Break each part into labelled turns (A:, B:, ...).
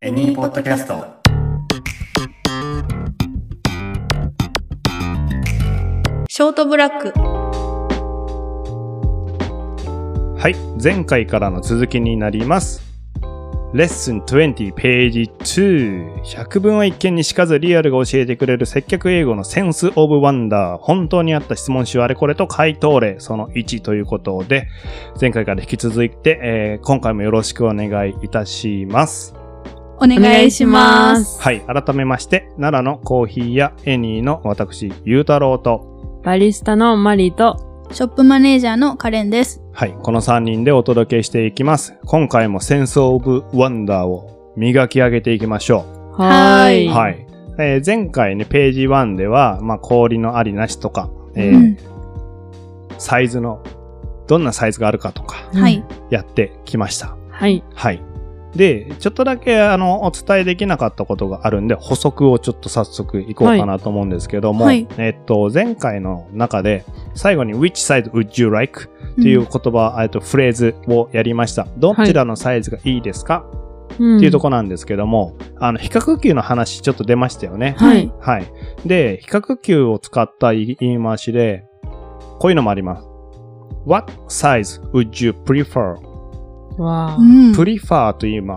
A: エニーポッドキャスト。
B: ショートブラック。
C: はい、前回からの続きになります。レッスン20ページ2。百聞は一見にしかずリアルが教えてくれる接客英語のセンスオブワンダー。本当にあった質問集あれこれと回答例その1ということで、前回から引き続いて、えー今回もよろしくお願いいたします。
B: お願いします。
C: はい、改めまして、奈良のコーヒーやエニーの私、ゆうたろうと、
D: バリスタのマリーと、
B: ショップマネージャーのカレンです。
C: はい、この3人でお届けしていきます。今回もセンスオブワンダーを磨き上げていきましょう。
B: はーい
C: は。
D: はい
C: えー前回ね、ページ1では、まあ、氷のありなしとか、えー
B: うん。
C: サイズの、どんなサイズがあるかとか、
D: い。
B: はい。。
C: やってきました。
D: はい。
C: はい。で、ちょっとだけ、あの、お伝えできなかったことがあるんで、補足をちょっと早速いこうかなと思うんですけども、
B: はい
C: えっと、前回の中で、最後に、which size would you like? っていう言葉、えっと、フレーズをやりました。どちらのサイズがいいですか、
D: っ
C: っていうと
D: こ
C: こなんですけども、あの、比較級の話ちょっと出ましたよね。
D: はい。
C: はい。で、比較級を使った言い回しで、こういうのもあります。What size would you prefer?prefer、
D: わ
B: う
D: ー
B: ん。
C: prefer という今、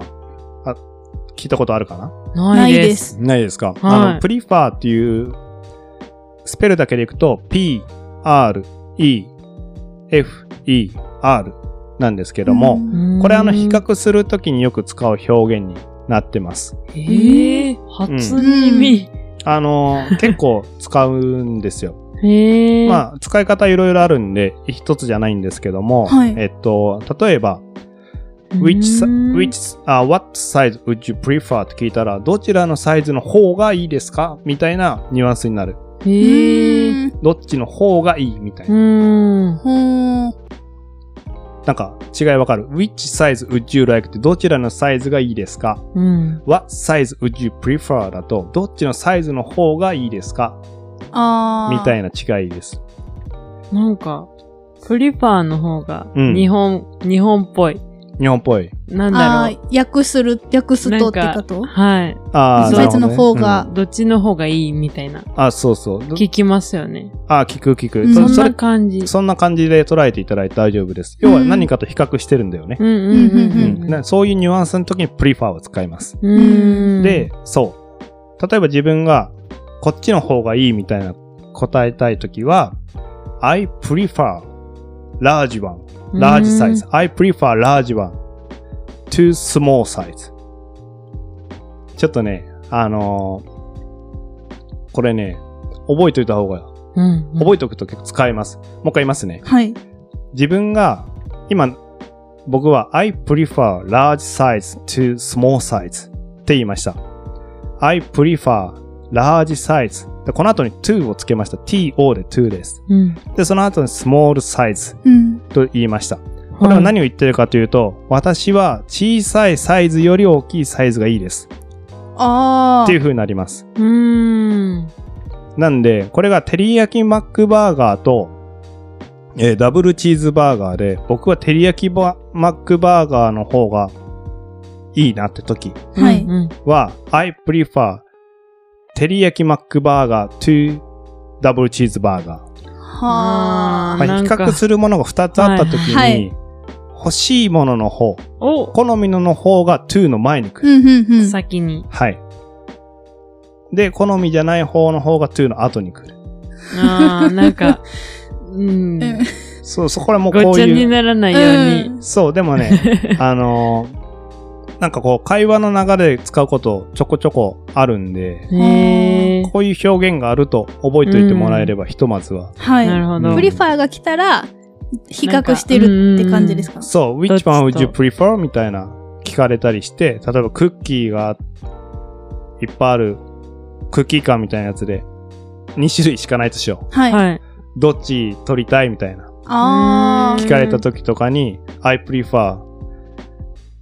C: あ、聞いたことあるかな
B: な
D: ないい
B: で
D: です。
B: す。
C: ないですか、あの、prefer っていう、スペルだけでいくと、p, r, e, f, e, r なんですけども、
D: うん
C: これあの、比。較するときによく使う表現になってます。
D: えー、初耳。
C: あの、結構使うんですよ。
D: へえ。
C: まあ、使い方いろいろあるんで、一つじゃないんですけども、
B: はい
C: えっと、例えば、
D: うん、
C: which, si- which, あ what size would you prefer? って聞いたら、どちらのサイズの方がいいですかみたいなニュアンスになる。
D: へえ。
B: ー。
C: どっちの方がいいみたいうな。
D: ん。
B: ほー。
C: なんか、違いわかる。which size would you like? ってどちらのサイズがいいですか
D: うん。
C: ?what size would you prefer? だと、どっちのサイズの方がいいですか
B: あー。
C: みた
B: い
C: いな違いです。
D: なんか、プリファーの方が、
C: うん
D: 日本、日本っぽい。
C: 日本っぽい。
D: なん
B: あ
D: だろ
B: ー、訳する、訳すと
D: う。なん
B: ってこ
D: か
B: と、
D: はい。
C: あー
B: サイズ
C: な
B: の
C: る
B: 方
C: ほどね
B: が。
D: どっちの方がいいみたいな。
C: うんあ、そうそう。
D: 聞きますよね。
C: あ、聞く聞く。
B: うん
C: そ
D: そん
C: それ
D: な感じ。
C: そんな感じで捉えていただいて大丈夫です。要は何かと比較してるんだよね
D: う。んうんうん
B: う
C: うんんなそういうニュアンスの時に prefer を使います。
D: うん。うん。
C: で、そう。例えば自分がこっちの方がいいみたいな答えたい時は、I prefer large one,
D: うん、
C: large size. I prefer large one to small size. ちょっとね、あのーこれね、覚えておいた方が、
D: うん。
C: 覚えておくと結構使えます。もう一回言いますね。
B: はい。
C: 自分が今僕は I prefer large size to small size って言いました I prefer large size でこの後に to をつけました to で to です
D: うん。
C: でその後に small size
B: うん。
C: と言いました
D: こ
C: これは何を言ってるかというと、私は小さいサイズより大きいサイズがいいです
B: あー。
C: っていう風になります
D: うーん。
C: なんで、これがテリヤキマックバーガーと、えーダブルチーズバーガーで、僕はテリヤキバマックバーガーの方がいいなって時
B: はい
D: うん
C: は、I prefer テリヤキマックバーガー to ダブルチーズバーガー。
B: は
D: あ
C: ま
B: ー。
C: あ、
D: なん
C: 比
D: か
C: 較するものが2つあった時に、
B: はいはい
C: 欲しいものの方、
D: を
C: 好みのの方が to の前に来る。
B: うんうんうん。
D: 先に。
C: はい。で、好みじゃない方の方が to の後に来る。
D: ああ、なんか、うん。
B: うん
C: そう、そこらもうこ
D: ごっ
C: う
D: ちゃ
C: いう
D: に。ならないように。
C: そう、でもね、 あのーなんかこう、会話の流れで使うことちょこちょこあるんで、
B: ん
D: へえ。
C: こういう表現があると覚えておいてもらえれば、ひとまずは。
B: はい。
D: なるほど。
B: プリファーが来たら、比較してるって感じですか
C: そう、
D: どっち
C: which
D: と
C: one would you prefer? みたいな聞かれたりして、例えばクッキーがいっぱいある、クッキー缶みたいなやつで、2種類しかないとしよ
B: はい。
D: はい。
C: う。どっち取りたいみたいな。
B: あー。
C: 聞かれた時とかに、I prefer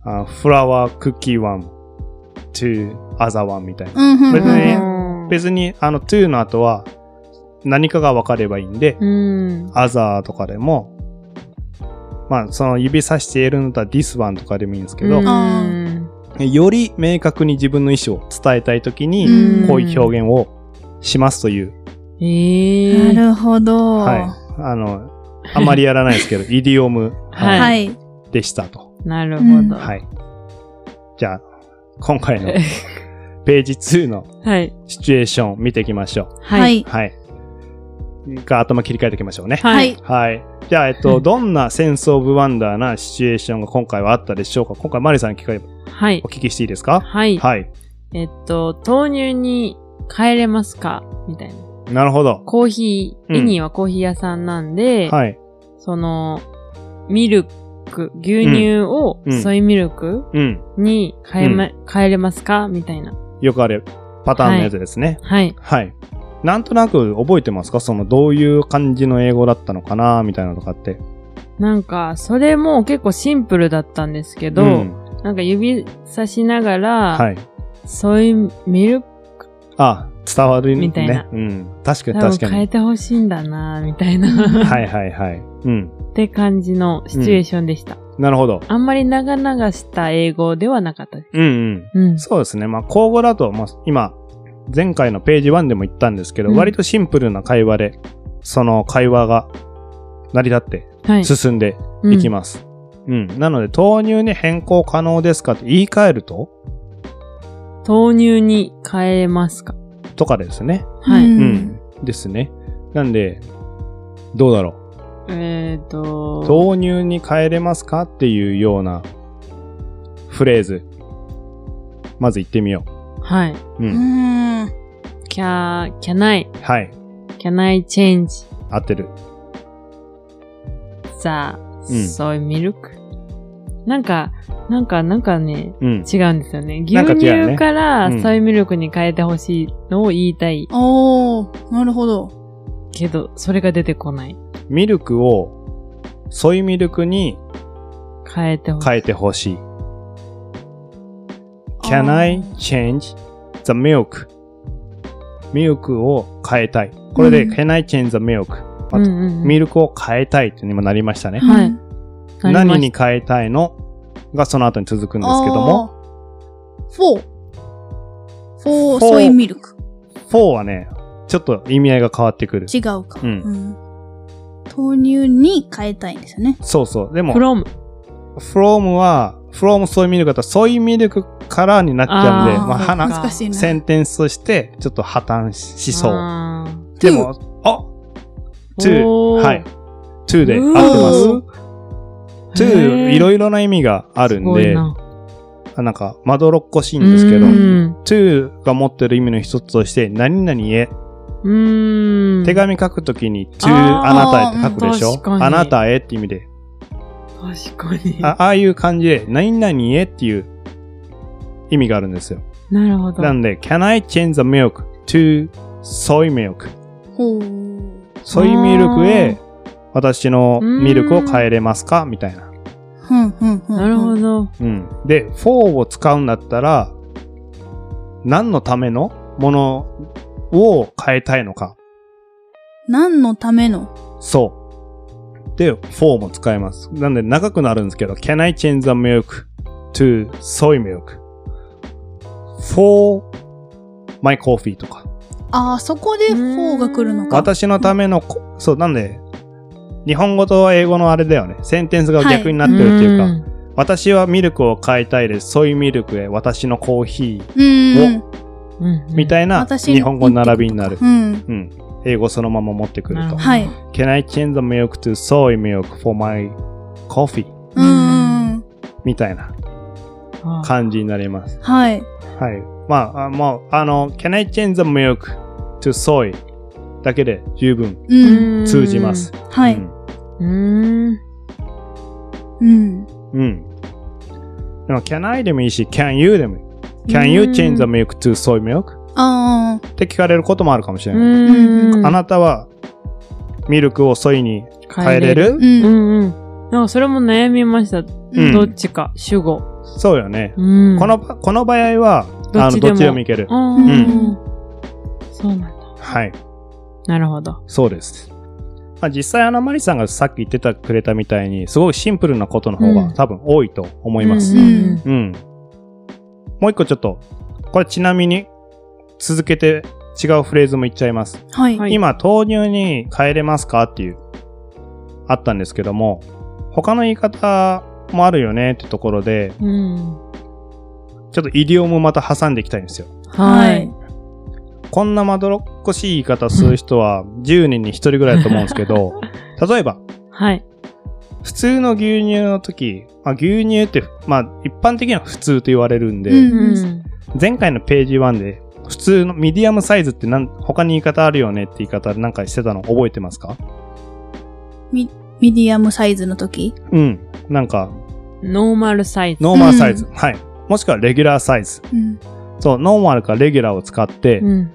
C: あフラワークッキー one to other one みたいな。
B: うんうんうん。
C: 別に
D: うん
C: 別にあの to の後は何かが分かればいいんで、
D: うん。
C: other とかでも、まあその指さしているのとは this one とかでもいいんですけど、
D: うん
B: あ
C: より明確に自分の意思を伝えたいときに、
B: うん
C: こういう表現をしますという、
D: 現。ええー。
B: なるほど。
C: はい。あの、あまりやらないですけど、 イディオム
D: はい
B: はい。
C: でしたと。
D: なるほど。
C: はい。じゃあ、今回のページ2の
D: はい。
C: シチュエーション見ていきまし ょ。。
B: は。いう
C: はい。一回頭切り替えていきましょうね。
B: は
D: はいい。
C: はい。じゃあ、えっ
D: は
C: と、
D: い
C: どんなセンスオブワンダーなシチュエーションが今回はあったでしょうか今回、マリさんに聞かれ
D: はい
C: お。聞きしていいですか
D: はい。
C: はい。
D: えっと、豆乳に帰れますかみたいな。
C: なるほど。
D: コーヒ
C: う
D: ー、
C: ん
D: エニーはコーヒー屋さんなんで、
C: はい。
D: その、ミルク、牛乳を
C: うんうん
D: ソイミルク
C: うん。
D: に変えま、変えれますかみたいな。
C: よくあるパターンのやつですね。
D: はい。
C: はい。なんとなく覚えてますかその、どういう感じの英語だったのかなみたいなのとかって。
D: なんか、それも結構シンプルだったんですけど、
C: ん、
D: なんか指さしながら、
C: はい。
D: ソイミルク
C: あ、伝わるね。
D: みたいな
C: うん。確かに
D: 多分
C: 確か
D: 変え
C: に。
D: てほしいんだなみたい
B: うん。。
D: な、
C: はいはいはい。うん。
D: って感じのシチュエーションでした。
C: なるほど。
D: あんまり長々した英語ではなかったです。
C: うんうん。
D: うん。
C: そうですね。まあ、口語だと、まあ、今、前回のページ1でも言ったんですけど、
D: うん
C: 割とシンプルな会話で、その会話が成り立って
D: はい。
C: 進んでいきます。うん、なので、豆乳に変更可能ですかって言い換えると
D: うん豆乳に変えますか
C: とかですね。
D: はいう
C: うんですね。なんで、どうだろう。
D: えっ、ー、と、
C: 豆乳に変えれますかっていうようなフレーズ。まず言ってみよ
D: はい。
C: う。
B: う
C: う。
B: んん。
D: キャー、キャナイ、
C: はい。
D: キャナイチェンジ、
C: 合ってる。
D: ザ、
C: うん
D: ソイミルク。なんか、なんか、なんかね、
C: うん。
D: 違うんですよね。牛
C: なんか違うね
D: 乳から
C: うん
D: ソイミルクに変えてほしいのを言いたい
B: おー、なるほど。
D: けど、それが出てこない。
C: ミルクを、ソイミルクに
D: 変えてほしい。
C: 変えてほしい。Can I change the milk? ミルクを変えたい。これで、
B: うん
C: Can I change the milk?
D: うんうんうん
C: ミルクを変えたいって今なりましたね。
D: はい
B: うん
D: なりま
C: 何
D: し
C: に変えたいのがその後に続くんですけども、
B: あー。フォー。フォー
C: for
B: ソイミルク。
C: 4はね、ちょっと意味合いが変わってくる。
B: 違うか。
C: うん
B: うん豆乳に変えたいんですよね。
C: そうそう。でも、
D: フロム。
C: from は、from ソイミルクだったら、ソイミルクからになっちゃうんで、
D: あー
C: まあ、
D: そう
C: は
D: か
C: な
B: 難しいな。
C: センテンスとして、ちょっと破綻しそう。
D: あ
C: でも、あ
D: ー
C: to
D: おー
C: はい。to で合っ
D: う
C: て
D: ー
C: ます。
D: へ
C: to
D: ー
C: いろいろな意味がある
D: す
C: ん
D: ごい
C: で、
D: な
C: あなんかまどろっこしいんですけど
D: う、ん
C: to が持ってる意味の一つとして、何々へ、
D: うーん。
C: 手紙書くときに to
D: あ
C: あ
D: ー
C: なたへって書くでし
D: 確
C: ょ
D: かに
C: あなたへって意味で。
D: 確かに。
C: あああいう感じで、何々へっていう意味があるんですよ。
D: なるほど。
C: なんで、can I change the milk to soy milk?
B: ほう。
C: ソイミルクへ私のミルクを変えれますかみたいな。
B: ふんふんふん。
D: なるほ
B: ど。
D: ど。
C: うん。で、for を使うんだったら、何のためのものを変えたいのか。
B: 何のための
C: そう。で、for も使えます。なんで、長くなるんですけど、can I change the milk to soy milk? for my coffee とか。
B: ああ、そこでフォーが来るのか。
C: 私のためのこ、そう、なんで、日本語と英語のあれだよね。センテンスが逆になってるっていうか、
D: うん
C: 私はミルクを買いたいです。ソイミルクへ、私のコーヒ
B: うーん。
D: うん
C: ーみたいな
B: 私の
C: 日本語の並びになる。
B: うん。
C: うん。英語そのまま持ってくる
D: なる
C: と
D: ほ。ど
B: はい。
C: Can I change the milk to soy milk for my coffee?
B: うんうんうん。
C: みたいな
D: あー
C: 感じになります。
B: はい。
C: はい。まあ、あまあ、あの、Can I change the milk to soy だけで十分
B: うん。
D: うん
C: 通じます。
B: は
C: う
B: い。
C: ん
D: うーん。
B: うん。
C: うん。でも、can I でもいいし、can you でもいい。can you
D: うん
C: change the milk to soy milk?
B: ああ。
C: って聞かれることもあるかもしれ
D: う
C: ない。
D: ーん。
C: あなたは、ミルクをソイに変えれ
B: う。
C: る
D: うんんうん。なんかそれも悩みました。
C: うん
D: どっちか、主語。
C: そうよね。
D: うん。
C: この、この場合は、あの、ど
D: ど
C: っ
D: っ
C: ち
D: ち
C: で
D: でも
C: もいける。
D: うん
B: うん
D: そうなんだ。
C: はい。
D: なるほど。
C: そうです。まあ、実際、あの、マリさんがさっき言ってたくれたみたいに、すごいシンプルなことの方
D: う
C: が
D: ん
C: 多分多いと思います。
D: うんうん
C: うん。もう一個ちょっと、これちなみに続けて違うフレーズも言っちゃいます。
B: はい。
D: はい
C: 今、豆乳に変えれますかっていう、あったんですけども、他の言い方もあるよねってところで、
D: うん。
C: ちょっとイディオムまた挟んでいきたいんですよ。
D: はい。。
C: こんなまどろっこしい言い方する人は10人に1人ぐらいだと思うんです けど、例えば、
D: はい。
C: 普通の牛乳の時、まあ、牛乳って、まあ、一般的には普通と言われるんで、
B: うん
D: うん。
C: 前回のページ1で、普通のミディアムサイズってなん他に言い方あるよねって言い方なんかしてたの覚えてますか
B: ミディアムサイズの時。
C: うん。なんか、
D: ノーマルサイズ。
C: ノーマルサイズ。はい。もしくはレギュラーサイズ。
B: うん。
C: そう、ノーマルかレギュラーを使って、
D: うん。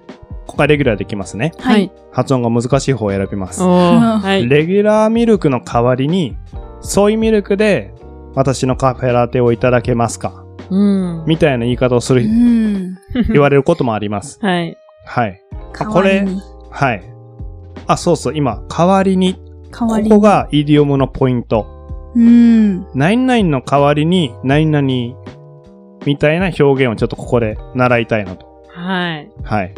C: ここはレギュラーできますね。
B: は
D: はいい。
C: 発音が難しい方を選びます
D: おー。はい。
C: レギュラーミルクの代わりに、ソイミルクで私のカフェラテをいただけますか
D: うん。
C: みたいな言い方をす
B: う
C: る、
B: ん。
C: 言われることもあります。
D: はい。
C: はい。
B: 代
C: こ
B: わ
C: れ
B: りに。
C: はい。あ、そうそう、今、代わりに。
B: 代わ
C: こ
B: りに。
C: こがイディオムのポイント。
B: うん。
C: ナインナインの代わりに、ナインナニみたいな表現をちょっとここで習いたいなと。
D: はい。
C: はい。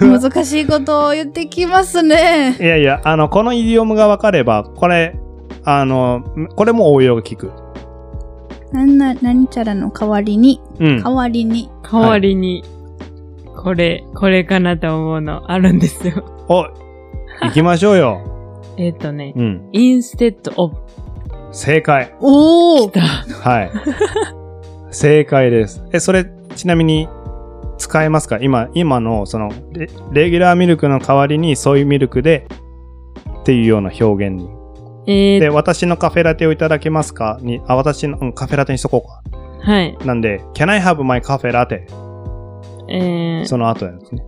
B: 難しいことを言ってきますね。
C: いやいや、あの、このイディオムが分かれば、これ、あの、これも応用が効く。
B: なんな、何ちゃらの代わりに、
C: うん。
B: 代わりに。
D: 代わりに、これ、これかなと思うのあるんですよ。
C: お、行きましょうよ。
D: えっとね、
C: うん。
D: インステッドオブ。
C: 正解。
B: おお
D: だ。
C: はい。 正解です。え、それ、ちなみに、使えますか今、今の、そのレ、レギュラーミルクの代わりに、ソイミルクで、っていうような表現に。
D: え
C: で、
D: ー、
C: 私のカフェラテをいただけますかに、あ、私の、うん、カフェラテにしとこう
D: はい。
C: か。なんで、can I have my カフェラテ
D: えー、
C: その後ですね。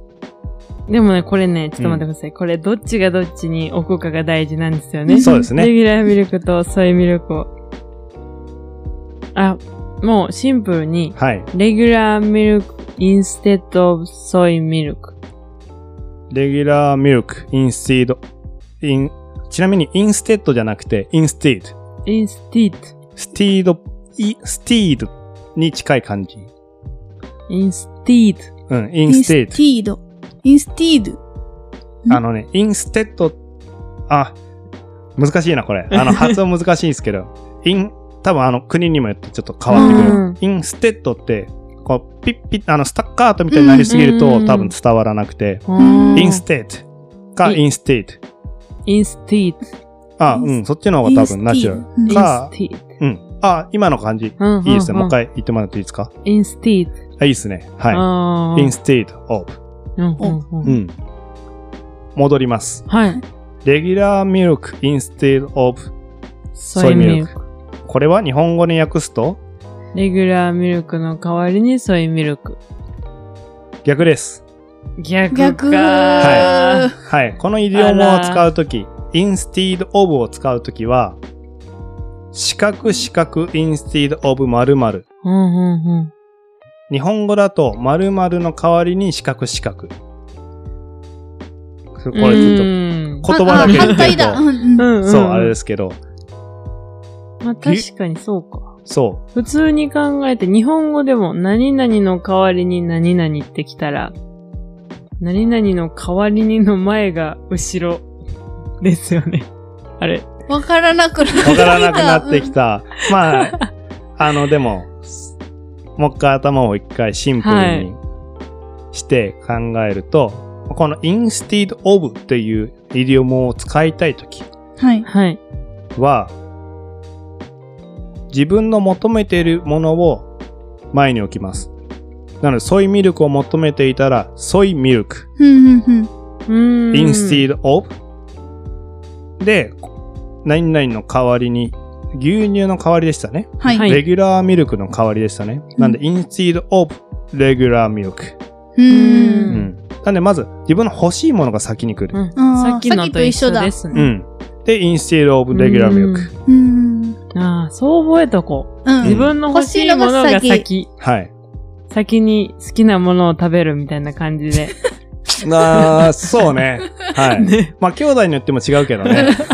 D: でもね、これね、ちょっと待ってください。これ、どっちがどっちに置くかが大事なんですよね。
C: そうです
D: レ
C: ね。
D: ギュラーミルクとソイミルクを。あ、もうシンプルに、
C: はい。
D: レギュラーミルク instead of ソイミルク。
C: レギュラーミルク、インスティード、イン、ちなみに、インステッドじゃなくて、インスティード。
D: instead,
C: スティード、イ、スティードに近い感じ。
D: instead.
C: うん、イ
B: イ
C: ンステッド。
B: ィード。インスティード。ん
C: あのね、インステッド、あ、難しいな、こ れ。あの、発音難しいんですけど、イン、多分あの、国にもよってちょっと変わってくる。インステッドって、こう、ピッピッ、あの、スタッカートみたいになりすぎる
D: うんうん
C: と
D: うん
C: 多分伝わらなくて、
B: うん
C: インステッドか
D: い
C: インステッド。
D: instead,
C: あ、
B: インス
C: うん、そっちの方が多分ナチュラ
B: うん
C: ル。か、
D: instead.
C: うん。あ、今の感じ。
D: うん
C: いいですね。
D: ん
C: もう一回言ってもらっていいですか
D: instead.
C: あ、いいですね。は。
D: はい
C: インステッド、オープ。
D: うんうんう
C: うんん。戻ります。
D: はい。
C: レギュラーミルク、インステッド、オープ。
D: ソイミルク。
C: これは日本語に訳すと、
D: レギュラーミルクの代わりにソイミルク。
C: 逆です。
D: 逆か
B: 逆。
C: ははい。このイディオムを使うとき、インスティードオブを使うときは、四角四角インスティードオブ〇〇。
D: うんうんうん。
C: 日本語だと〇〇の代わりに四角四角。これちょっ
D: ょ
C: と言葉だけ
B: ああ
C: 言
B: 反
C: って
B: 対
C: る
B: だ。うんうん
D: うん。
C: と、そう、あれですすけど、
D: まあ確かにそうか。
C: そ
D: 普通に考えて、日本語でも何々の代わりに何々ってきたら、何々の代わりにの前が後ろですよね。あれ。
B: わからなくなってき
C: う、
B: た。
C: わからなくなってきた。まあ、あの、でも、もう一回頭を一回シンプルにして考えると、このインスティードオブっていうイディオムを使いたいとき、
B: うん。はい。
D: はい。
C: は、自分の求めているものを前に置きます。なので、ソイミルクを求めていたら、ソイミルク、
B: ふんふんふん。
D: イ
C: インスティードオブ。で、何々の代わりに、牛乳の代わりでしたね。
B: はい。
D: はい
C: レギュラーミルクの代わりでしたね。なんで、インスティードオブ、レギュラーミルク。
B: う。
C: うんん。なんで、まず、自分の欲しいものが先に来る。
D: うん、
B: あー
D: さっきのと一緒です
C: う
D: ね。
C: ん。で、インスティードオブ、レギュラーミルク。
B: うん。
D: ああ、そう覚えとこ
B: う
D: う。
B: ん
D: 自分の欲しいものが
B: 欲し
D: 先。
C: はい。
D: 先に好きなものを食べるみたいな感じ で。
C: あー、そうね。はい。
D: ね。
C: まあ、兄弟によっても違うけどね。はい。
D: 確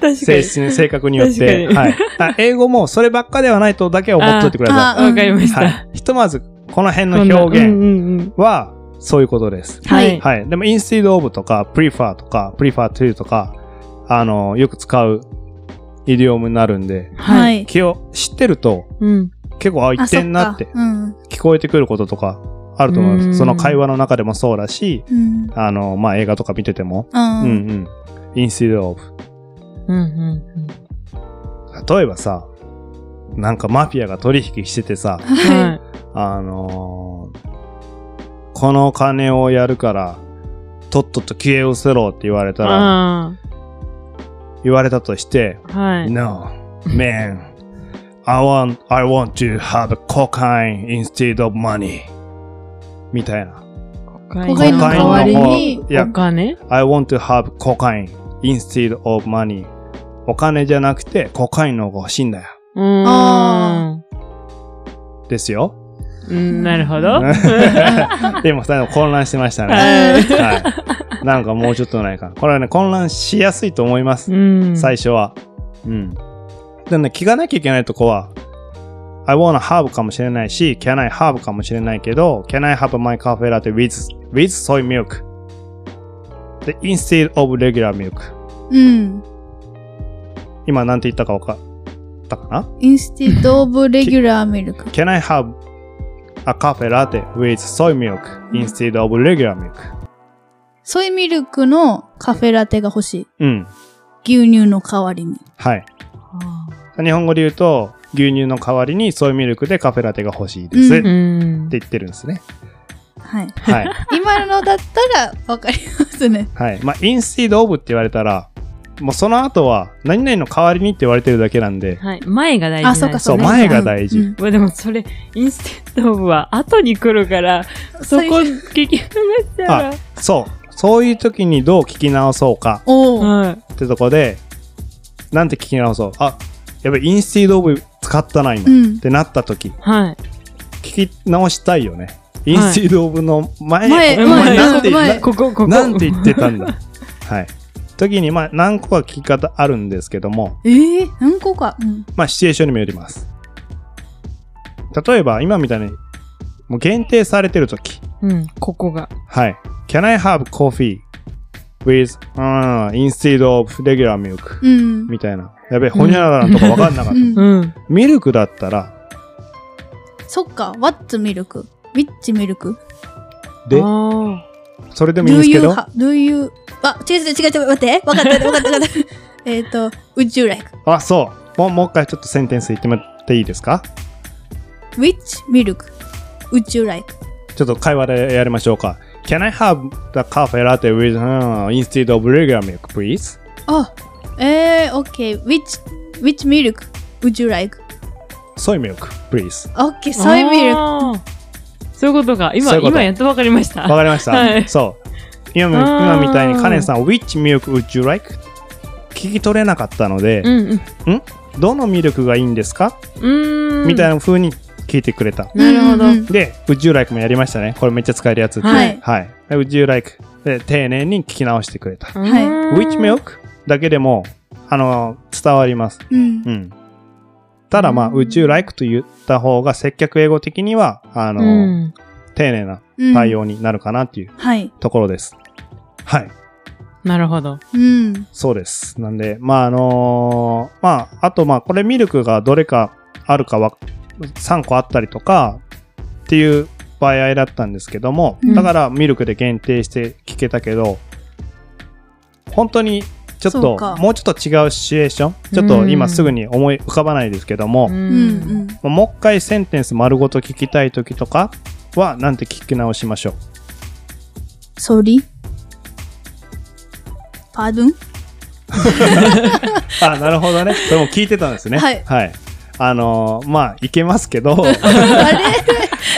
D: かに。
C: 性質に、性格によって。
D: 確か
C: はい。あ英語もそればっかではないとだけは思っといてくださ
B: あ
D: わかりま
C: い。
D: し
B: ー
D: た。
C: はい。ひとまず、この辺の表
D: うん
C: 現
D: うんうん
C: は、そういうことです。
B: はい。
C: はい。でも、instead of とか、prefer とか、prefer to とか、あの、よく使うイディオムになるんで、
B: は
D: はい。
B: い。
C: 気を知ってると、
D: うん。
C: 結構、あ、言
B: あ
C: ってんなって
B: そかうん。
C: 聞こえてくることとかあると思いま
D: う
C: す。
D: ん
C: その会話の中でもそうだし、
B: うん。
C: あの、まあ、映画とか見てても、
B: あ
C: う
B: ー
C: んうん。instead of。
D: うんうん
C: 例えばさ、なんかマフィアが取引しててさ、
D: うん。
B: は。
D: はいい。
C: あのーこの金をやるから、とっとと消え失せろって言われたら、
D: あ
C: 言われたとして、
D: あ。はい。
C: No, man. I want, I want to have cocaine instead of money. みたいな。
B: コカインの代わりに
C: いや
D: お、金
C: I want to have cocaine instead of money. お金じゃなくて、コカインの方が欲しいんだよ。
D: うーん。
B: あ
C: で すよ。
D: うん、なるほど。
C: でも、最後混乱してましたね。
D: はい
C: はい。なんかもうちょっとないかな。これはね、混乱しやすいと思います。
D: うん。
C: 最初は。うん。でもね、気がなきゃいけないとこは、I wanna have かもしれないし、can I have かもしれないけど、can I have my cafe latte with, with soy milk? で、instead of regular milk.
B: うん。
C: 今なんて言ったかわかったかな
B: インスティットオブレギュラーミルク。
C: ?Can I have a cafe latte with soy milk instead of regular milk?
B: ソイミルクのカフェラテが欲しい。
C: うん。
B: 牛乳の代わりに。
C: はい。
D: あ
C: 日本語で言うと、牛乳の代わりにソイミルクでカフェラテが欲しいです。
B: う
D: ー。うん
C: って言ってるんですね。
B: はい。
C: はい。
B: 今のだったらわかりますね。
C: はい。まあ、インスティードオブって言われたら、もうその後は、何々の代わりにって言われてるだけなんで、
D: はい。前が大事。
B: あ、そうか
C: そう
B: か。
C: ね前が大事
B: うん
D: うわでもそれ、インステントオブは後に来るから、そこ
B: ういう
D: 聞き流したら。
C: そう。そういう時にどう聞き直そうか
B: おお。
D: はい。
C: ってとこで、なんて聞き直そう。あ、やっぱりインスティードオブ使ったな、今。
B: う
C: っ
B: ん。
C: てなった時、
D: はい。
C: 聞き直したいよね。インスティードオブの前、
B: 前
C: お前
D: 前
C: なんて、
B: 前
C: な
D: ここ、ここ。
C: なんて言ってたんだ。はい。時に、まあ、何個か聞き方あるんですけども、
B: ええ、何個か。うん。
C: まあ、シチュエーションにもよります。例えば、今みたいに、もう限定されてるとき。
D: うん、ここが。
C: はい。Can I have coffee with, うん、instead of regular milk?
B: うん。
C: みたいな。やべえ、ほにゃららとかわかんなかっ
B: うん
D: う。ん。
C: た。ミルクだったら、
B: そっか。What's ミルク ?Which ミルク
C: で
D: あ、ー
C: それでもいいん
B: ?Do
C: ですけ
B: you
C: ど、
B: have, do you, あ、違う違う違う違う、待って。わかった、わかった、わかった。えっと、Would you like
C: あ、そう。もう、もう一回ちょっとセンテンス言ってもらっていいですか
B: which milk would you like?
C: ちょっと会話でやりましょうか。Can I have the cafe latte with, うん、instead of regular milk, please?
B: あ、えー、OK。which, which milk would you like?
C: soy milk, please.
B: OK、ソイミルク。
D: あーそういうことか。今、
C: そういうこと
D: 今やっとわかりま した。
C: わかりました、
D: はい
C: そう今み
D: あー
C: 今みたいにカレンさん「Which milk would you like?」聞き取れなかったので、
D: うんうん。
C: どのミルクがいいんですか、
D: うーん。
C: みたい
D: な。
C: な風に聞いてくれた、
D: なるほど。
B: うんうん
C: で「Would you like?」もやりましたねこれめっちゃ使えるやつで
B: はい
C: はい「で Would you like?」で丁寧に聞き直してくれた「
B: はい
D: い
C: Which milk?」だけでもあの伝わります
B: うん
C: う。んただまあ「
D: うん
C: Would you like?」と言った方が接客英語的にはあの、
D: うん。
C: 丁寧な
B: うん
C: 対。応になるかなっていう
B: はい。
C: ところです、はい
D: なるほど。
B: うん。
C: そうです。なんで、まああのーまあ、あとまあこれミルクがどれかあるかは3個あったりとかっていう場合だったんですけども、
B: うん
C: だからミルクで限定して聞けたけど、本当にちょっ
B: そう
C: と
B: か
C: もうちょっと違うシチュエーション、ちょっと今すぐに思い浮かばないですけども、
D: う。
C: ま
B: うんん。
C: あもう一回センテンス丸ごと聞きたい時とかは、なんて聞き直しましょう。
B: ソリパードゥン
C: あ、なるほ どね。それも聞いてたんですね。
B: はい
C: あのーまあ、いけますけど、は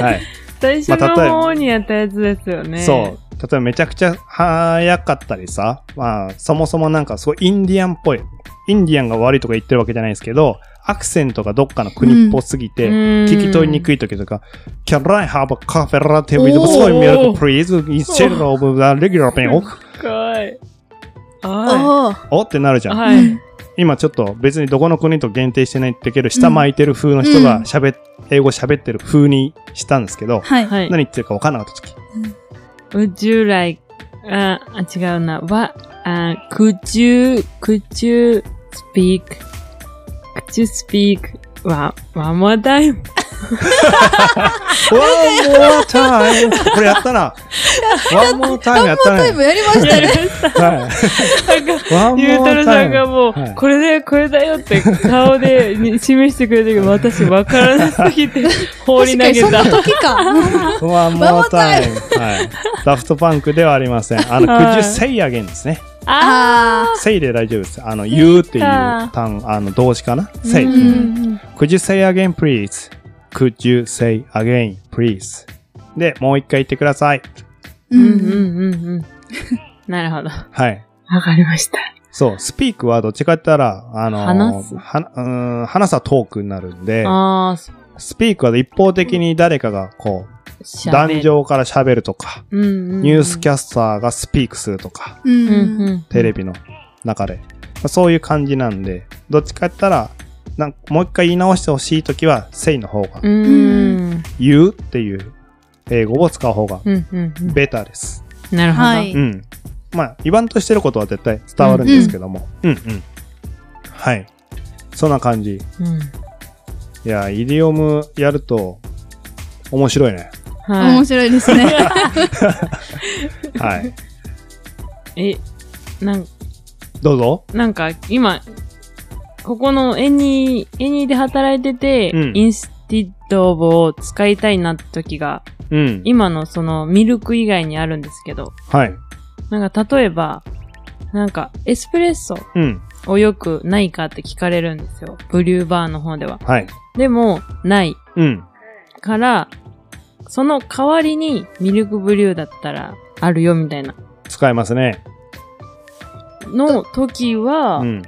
B: あれ
C: い。
D: 最初
C: まあ例えば
D: の方にやったやつですよね。
C: そう。例えばめちゃくちゃ早かったりさ、まあ、そもそもなんかすごいインディアンっぽい。インディアンが悪いとか言ってるわけじゃないですけど、アクセントがどっかの国っぽすぎて、
D: 聞
C: 聞き取りにく
D: い。
C: い時とか、Can I have a cafe latte with soy
D: お
C: milk
D: ー
C: please instead of the regular milk?
D: かわいい。
B: おー
D: は
C: おってなるじ
D: い。
C: ゃん。
D: は
B: う
D: い
B: ん。
C: 今ちょっと別にどこの国と限定してないってけど、下巻いてる風の人が喋っ、英語喋ってる風にしたんですけど、
B: はい。
D: はい。
C: 何言ってるか分かんなかった時。
D: Would you like, あ、あ違うな。わ、あ、could you, could you speak, could you speak, わ、one more time?
C: ワンモータイムこれや ったな。ワンモータイムやった
B: タイ
C: ね。
B: ムやりましたね。
C: はい。
D: なんか、
C: ワンモ
D: ゆうた
C: ー
D: ろうさ
C: タイ
D: んが
C: ム。
D: もう
C: はい、
D: これだよ、これだよって顔でに示してくれたけど、私わからなすぎて、放り
B: 確か
D: 投
B: に
D: げ
B: そん
D: た
B: な。時 か。
C: ワンモータイム。はい。ダフトパンクではありません。あの、
D: はい
C: could you say again ですね。
D: あ
B: あ
C: say で大丈夫です。あの、言うっていう単、あの、動詞かな。
D: ー
C: say
D: う。ん
C: Could you say again, please? Could you say again, please? で、もう一回言ってください。
B: ー。
D: う
B: うんん。
D: うんうんうん。なるほど。
C: はい。
D: わかりました。
C: そう、スピークはどっちかって言ったら、あの、
D: 話す
C: はうーん話すはトークになるんで、
D: ああ、そ
C: スピークは一方的に誰かがこう、壇。上から喋るとか、
D: ニ
C: ニュースキ
D: ャ
C: ャスターがスピークするとか、
B: う。
D: うんんうん。
C: テレビの中で。まあそういう感じなんで、どっちかって言ったら、なんもう一回言い直してほしいときは、say の方が、
D: うんうん
C: 言うっていう英語を使う方が
D: うんうん。
C: ベターです。
D: なるほど。
B: はい
C: うん。まあ、言わんとしてることは絶対伝わるんですけども。うん、うん、はい。そんな感じ。
D: うん
C: いや、イディオムやると、面白い ね。
D: は
B: 面白いですね。
C: はい。
D: い。え、なん
C: どうぞ。
D: なんか、今、ここのエニー、エニーで働いてて、
C: うん
D: インスティッドオブを使いたいなって時が、
C: うん。
D: 今のそのミルク以外にあるんですけど、
C: はい。
D: なんか例えば、なんかエスプレッソ
C: うん。
D: をよくないかって聞かれるんですよ。ブリューバーの方では。
C: はい。
D: でも、ない
C: うん。
D: から、その代わりにミルクブリューだったらあるよみたいな
C: 使えますね。
D: の時は、
C: うん。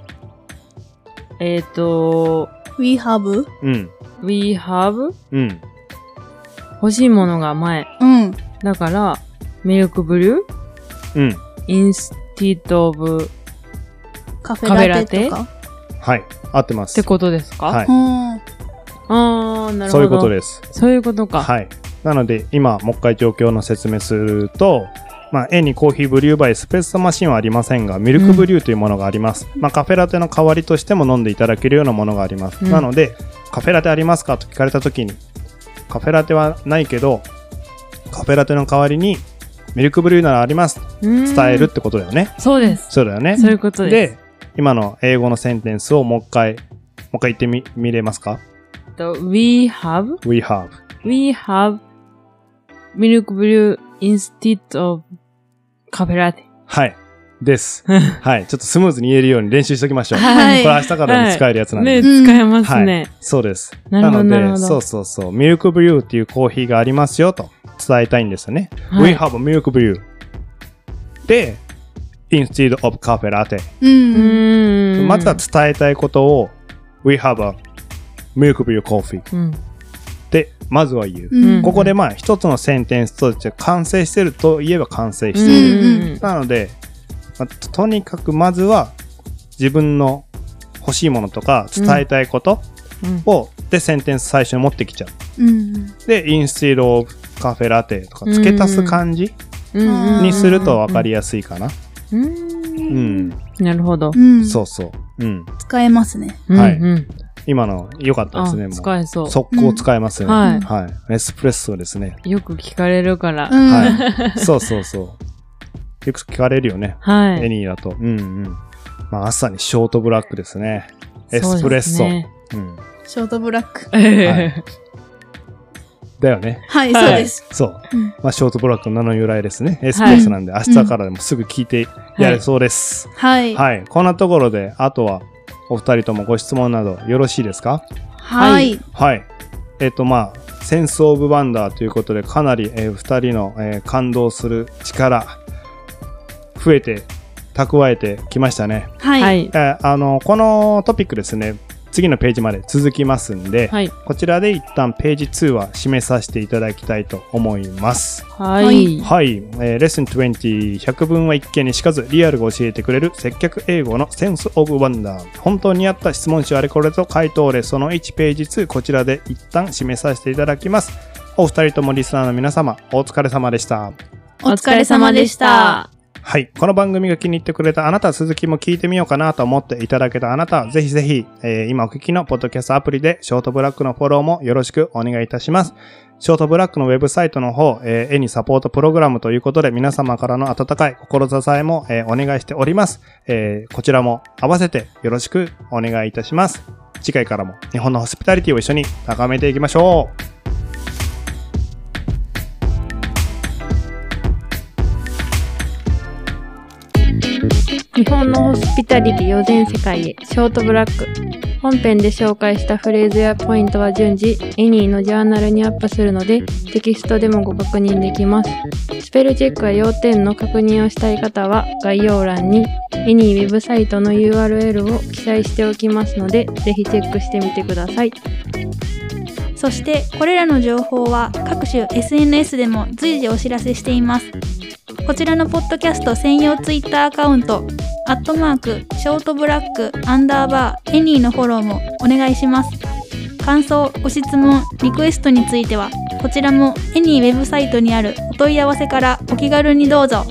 D: えっ、と、
B: We have?
C: うん。
D: we have
C: うん。
D: 欲しいものが前。
B: うん。
D: だから、ミルクブリュー
C: うん。
D: インスティートオブっ
B: カフェラテと
D: カ
B: か。
C: はい。合ってます。
D: てことですか
C: はい。
B: うん。
D: あー、なるほど。
C: そういうことです。
D: そういうことか。
C: はい。なので、今、もう一回状況の説明すると、まあ、A にコーヒーブリューバイスプレッソマシンはありませんが、ミルクブリューというものがあります。まあ、カフェラテの代わりとしても飲んでいただけるようなものがあります。
D: うん
C: なので、カフェラテありますかと聞かれた時に、カフェラテはないけど、カフェラテの代わりに、ミルクブリューならあります。
D: 伝
C: 伝えるっ。てことだよね。
D: そうです。
C: そうだよね。
D: そういうことです。
C: で、今の英語のセンテンスをもう一回、もう一回言ってみ、見れますか
D: と we have,
C: ?We have.
D: we have milk blue instead of カフェラテ。
C: はい。 です。はい。ちょっとスムーズに言えるように練習しておきましょう。
B: はい
C: これ明日からに使えるやつなんで。
D: ね、
B: うん
D: 使えます
C: はい
D: ね。
C: そうです。
D: なるほどなる
C: の
D: ほ
C: で、
D: ど
C: そうそうそう、ミルクブリューっていうコーヒーがありますよと伝えたいんですよね。
D: はい
C: We have a milk brew. で、instead of cafe latte。
B: う。
D: うんーん。
C: まずは伝えたいことを、We have a milk brew coffee
D: うん。
C: で、まずは言う。
B: うん
C: ここでまあ一つのセンテンスとして完成してるといえば完成して
D: う
C: る。
D: ん。
C: なので、まあととにかくまずは自分の欲しいものとか伝えたいこと
D: うん
C: を、でセンテンス最初に持ってきちゃう。
B: うん。
C: で、インスティールオブカフェラテとか付け足す感じ
D: うん
C: にすると分かりやすいかな。
D: う。
C: うんん。
D: なるほど。
B: うん。
C: そうそう。うん。
B: 使えますね。
D: うん
C: はい
D: うん
C: 今の良かったで
D: あ
C: すね。、もう
D: 使えそ
C: 速攻使えますよね。
D: うんはい
C: はい。エスプレッソですね。
D: う。よく聞かれるから
B: う。ん。
C: はい。そうそうそう。よく聞かれるよね。
D: は
C: エ
D: い。
C: ニーだと。うんうん。まあ、朝にショートブラックですね。エスプレッソ。
D: そうですね
C: うん。
B: ショートブラック。
C: はいだよね。
B: はい、そうです。
C: そう。
B: うん
C: まあ、ショートブラックの名の由来ですね。エスプレッソなんで、明日からでもすぐ聞いてやれそうです。
B: はい。
C: はい。こんなところで、あとは、お二人ともご質問などよろしいですか
B: はい。
C: はい。えっ、と、まあ、センスオブワンダーということで、かなり、えー二人の、えー感動する力、増えて、蓄えてきましたね。
B: は。
D: はいい。
C: えーあの、このトピックですね、次のページまで続きますんで、
D: はい。
C: こちらで一旦ページ2は締めさせていただきたいと思います。
D: はい。
C: はい、えーレッスン20、100分は一見にしかず、リアルが教えてくれる接客英語のセンスオブワンダー。本当にあった質問集あれこれと回答例その1ページ2、こちらで一旦締めさせていただきます。お二人ともリスナーの皆様、お疲れ様でした。
B: お疲れ様でした。。
C: はい。この番組が気に入ってくれたあなた、鈴木も聞いてみようかなと思っていただけたあなた、ぜひぜひ、えー今お聞きのポッドキャストアプリで、ショートブラックのフォローもよろしくお願いいたします。ショートブラックのウェブサイトの方、えー絵にサポートプログラムということで、皆様からの温かい心支えも、えーお願いしております、えーこちらも合わせてよろしくお願いいたします。次回からも日本のホスピタリティを一緒に高めていきましょう。
A: 日本のホスピタリティを全世界へショートブラック本編で紹介したフレーズやポイントは順次エニーのジャーナルにアップするのでテキストでもご確認できますスペルチェックや要点の確認をしたい方は概要欄にエニーウェブサイトの URL を記載しておきますのでぜひチェックしてみてください
B: そして、これらの情報は各種 SNS でも随時お知らせしています。こちらのポッドキャスト専用ツイッターアカウント、アットマーク、ショートブラック、アンダーバー、エニーのフォローもお願いします。感想、ご質問、リクエストについては、こちらもエニーウェブサイトにあるお問い合わせからお気軽にどうぞ。